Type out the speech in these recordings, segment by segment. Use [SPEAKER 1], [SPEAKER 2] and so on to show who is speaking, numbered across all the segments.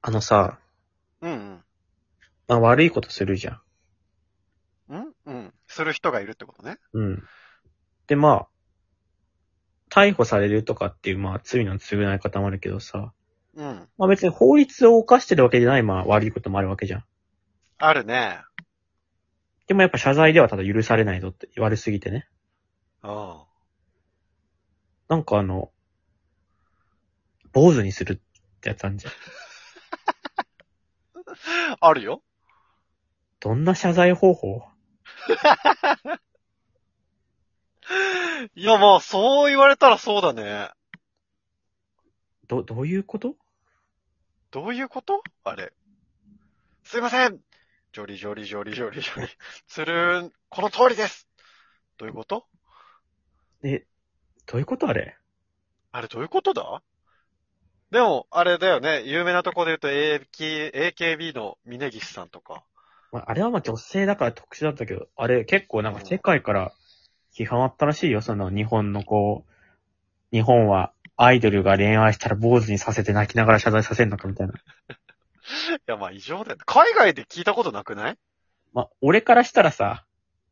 [SPEAKER 1] あのさ、
[SPEAKER 2] うん
[SPEAKER 1] まあ、悪いことするじゃん。
[SPEAKER 2] うん。んうん。する人がいるってことね。
[SPEAKER 1] うん。で、まあ、逮捕されるとかっていう、まあ、罪の償い方もあるけどさ、
[SPEAKER 2] うん。
[SPEAKER 1] まあ別に法律を犯してるわけじゃない、まあ悪いこともあるわけじゃん。
[SPEAKER 2] あるね。
[SPEAKER 1] でもやっぱ謝罪ではただ許されないぞって、悪すぎてね。
[SPEAKER 2] うん。
[SPEAKER 1] なんかあの、坊主にするってやつあんじゃん。
[SPEAKER 2] あるよ。
[SPEAKER 1] どんな謝罪方法
[SPEAKER 2] いや、まあ、そう言われたらそうだね。
[SPEAKER 1] ど、どういうこと
[SPEAKER 2] どういうことあれ。すいません。ジョリジョリジョリジョリジョリ。つるーん、この通りです。どういうこと
[SPEAKER 1] え、どういうことあれ
[SPEAKER 2] あれ、どういうことだでも、あれだよね。有名なとこで言うと、AK、AKB の峯岸さんとか。
[SPEAKER 1] まあ、あれはまあ女性だから特殊だったけど、あれ結構なんか世界から批判あったらしいよ。その日本のこう、日本はアイドルが恋愛したら坊主にさせて泣きながら謝罪させるのかみたいな。
[SPEAKER 2] いや、まあ、異常だよね。海外で聞いたことなくない
[SPEAKER 1] まあ、俺からしたらさ、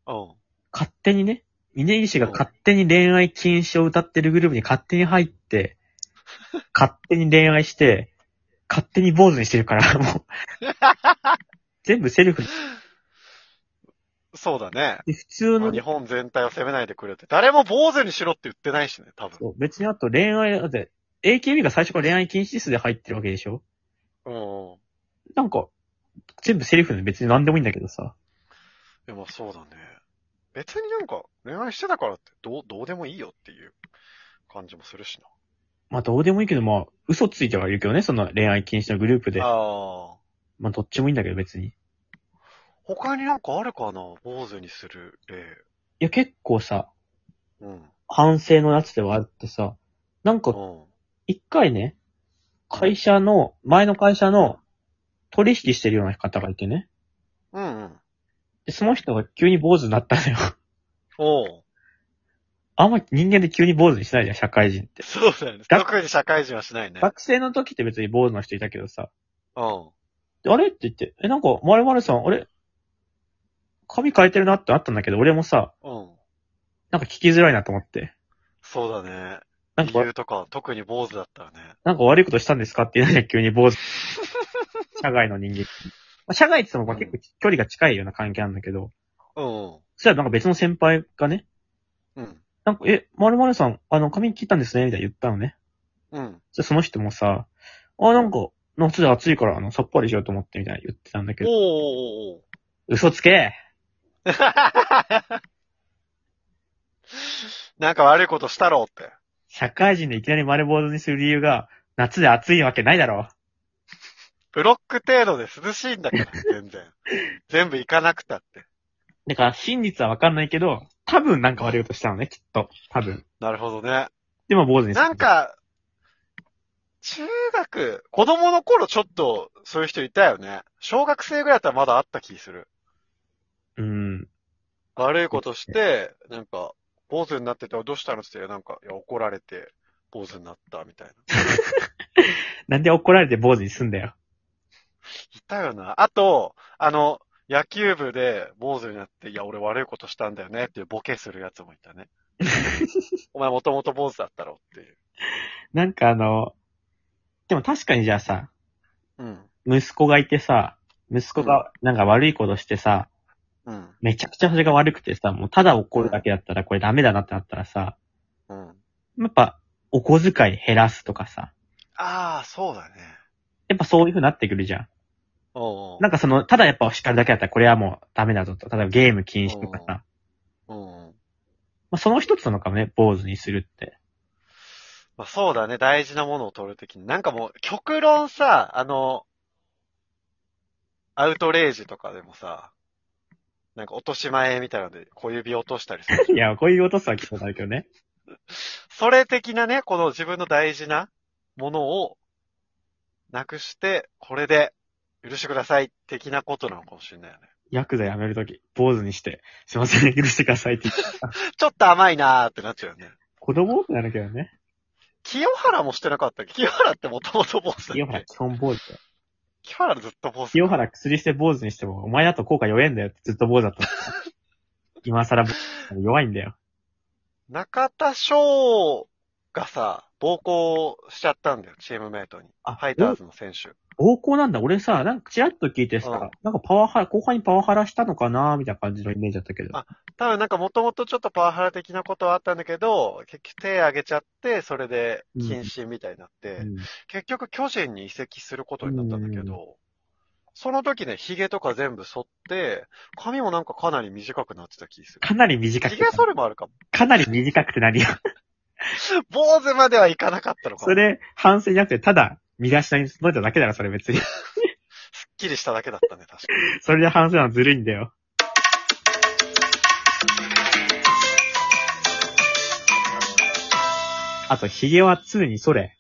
[SPEAKER 2] うん。
[SPEAKER 1] 勝手にね、峰岸が勝手に恋愛禁止を歌ってるグループに勝手に入って、勝手に恋愛して、勝手に坊主にしてるから、もう。全部セルフで、
[SPEAKER 2] そうだね。
[SPEAKER 1] 普通
[SPEAKER 2] ま
[SPEAKER 1] の
[SPEAKER 2] あ日本全体を責めないでくれって。誰も坊主にしろって言ってないしね、多分。
[SPEAKER 1] そう別にあと恋愛、だって、AKB が最初から恋愛禁止室で入ってるわけでしょ
[SPEAKER 2] うん。
[SPEAKER 1] なんか、全部セリフで別に何でもいいんだけどさ。
[SPEAKER 2] でもそうだね。別になんか恋愛してたからってどう、どうでもいいよっていう感じもするし
[SPEAKER 1] まあどうでもいいけど、まあ嘘ついてはいるけどね、その恋愛禁止のグループで。
[SPEAKER 2] な。ああ。
[SPEAKER 1] まあどっちもいいんだけど別に。い
[SPEAKER 2] 他になんかあるかな坊主にする例。
[SPEAKER 1] や結構さ、
[SPEAKER 2] うん。
[SPEAKER 1] 反省のやつではあってさ、なんか
[SPEAKER 2] うん。
[SPEAKER 1] 一回ね、会社の、前の会社の取引してるような方がいてね。
[SPEAKER 2] うんうん。
[SPEAKER 1] で、その人が急に坊主になったのよ。
[SPEAKER 2] おう。
[SPEAKER 1] あんま人間で急に坊主にしないじゃん、社会人って。
[SPEAKER 2] そうだよね。
[SPEAKER 1] だ
[SPEAKER 2] 特に社会人はしないね。
[SPEAKER 1] 学生の時って別に坊主の人いたけどさ、
[SPEAKER 2] うん。
[SPEAKER 1] であれって言って、え、なんか、〇〇さん、あれ髪変えてるなってあったんだけど、俺もさ、
[SPEAKER 2] うん。
[SPEAKER 1] なんか聞きづらいなと思って。
[SPEAKER 2] そうだね。
[SPEAKER 1] なん
[SPEAKER 2] 理
[SPEAKER 1] か、
[SPEAKER 2] 由とか、特に坊主だったらね。
[SPEAKER 1] なんか悪いことしたんですかって言うのに急に坊主。社外の人間。まあ、社外って言ってもまあ結構距離が近いような関係なんだけど、
[SPEAKER 2] うん。
[SPEAKER 1] そしたらなんか別の先輩がね、
[SPEAKER 2] うん。
[SPEAKER 1] なんか、え、〇〇さん、あの、髪切ったんですね、みたいな言ったのね。
[SPEAKER 2] うん。
[SPEAKER 1] じゃその人もさ、あ、なんか、夏で暑いから、あの、さっぱりしようと思って、みたいな言ってたんだけど、
[SPEAKER 2] おーおーおーおー
[SPEAKER 1] 嘘つけ
[SPEAKER 2] なんか悪いことしたろうって。
[SPEAKER 1] 社会人でいきなり丸坊主にする理由が、夏で暑いわけないだろう。
[SPEAKER 2] ブロック程度で涼しいんだから、全然。全部行かなくたって。
[SPEAKER 1] だから真実はわかんないけど、多分なんか悪いことしたのね、きっと。多分。
[SPEAKER 2] なるほどね。
[SPEAKER 1] でも坊主にする
[SPEAKER 2] なん、か、中学、子供の頃ちょっとそういう人いたよね。小学生ぐらいだったらまだあった気する。
[SPEAKER 1] うん。
[SPEAKER 2] 悪いことして、なんか、坊主になってて、どうしたのって言ってなんか、いや、怒られて、坊主になった、みたいな。
[SPEAKER 1] なんで怒られて坊主にすんだよ。
[SPEAKER 2] いたよな。あと、あの、野球部で坊主になって、いや、俺悪いことしたんだよねっていうボケするやつもいた ね。お前もともと坊主だったろっていう。
[SPEAKER 1] なんかあの、でも確かにじゃあさ、
[SPEAKER 2] うん。
[SPEAKER 1] 息子がいてさ、息子がなんか悪いことしてさ、
[SPEAKER 2] うん。
[SPEAKER 1] めちゃくちゃそれが悪くてさ、もうただ怒るだけだったらこれダメだなってなったらさ、
[SPEAKER 2] うん。
[SPEAKER 1] やっぱ、お小遣い減らすとかさ、
[SPEAKER 2] ああ、そうだね。
[SPEAKER 1] やっぱそういう風になってくるじゃん。
[SPEAKER 2] おうおう
[SPEAKER 1] なんかその、ただやっぱ叱るだけだったらこれはもうダメだぞと。例えばゲーム禁止とかさ、
[SPEAKER 2] うん
[SPEAKER 1] ま
[SPEAKER 2] うんうん。
[SPEAKER 1] あその一つなのかもね、坊主にするって。
[SPEAKER 2] まあ、そうだね。大事なものを取るときに。なんかもう、極論さ、あの、アウトレイジとかでもさ、なんか落とし前みたいなので小指落としたりす る。
[SPEAKER 1] いや、こういう落とすは聞こえるけどね。
[SPEAKER 2] それ的なね、この自分の大事なものをなくして、これで許してください的なことなのかもしれないよね。
[SPEAKER 1] ヤクザ辞めるとき、坊主にして、すいません、許してくださいって言って。
[SPEAKER 2] ちょっと甘いなーってなっちゃうよね。
[SPEAKER 1] 子供ってなるけどね。
[SPEAKER 2] 清原もしてなかったっけ清原ってもともと坊主だっけ
[SPEAKER 1] いや、ほら、基本坊主だよ。
[SPEAKER 2] 清原ずっと坊主。
[SPEAKER 1] 清原薬して坊主にしても、お前だと効果弱えんだよってずっと坊主だった。今更坊主弱いんだよ。
[SPEAKER 2] 中田翔がさ、暴行しちゃったんだよ、チームメイトに。
[SPEAKER 1] あ
[SPEAKER 2] ファイターズの選手。
[SPEAKER 1] 暴行なんだ。俺さ、なんかチラッと聞いて
[SPEAKER 2] う
[SPEAKER 1] さ
[SPEAKER 2] ん、
[SPEAKER 1] なんかパワハラ、後輩にパワハラしたのかなみたいな感じのイメージだったけど。
[SPEAKER 2] あ多分なんかもともとちょっとパワハラ的なことはあったんだけど、結局手挙げちゃって、それで謹慎みたいになって、
[SPEAKER 1] うん
[SPEAKER 2] 結局巨人に移籍することになったんだけど、その時ね、髭とか全部剃って、髪もなんかかなり短くなってた気する。
[SPEAKER 1] かなり短くて
[SPEAKER 2] 髭、剃るもあるかも。
[SPEAKER 1] かなり短くて何よ。
[SPEAKER 2] 坊主まではいかなかったのか
[SPEAKER 1] そ
[SPEAKER 2] も。すっ
[SPEAKER 1] れ、反省じゃなくて、ただ、身だしなみに整えただけだろ、それ別に。
[SPEAKER 2] きりしただけだったね、確かに。
[SPEAKER 1] それで反省はずるいんだよ。あと、髭は常にそれ。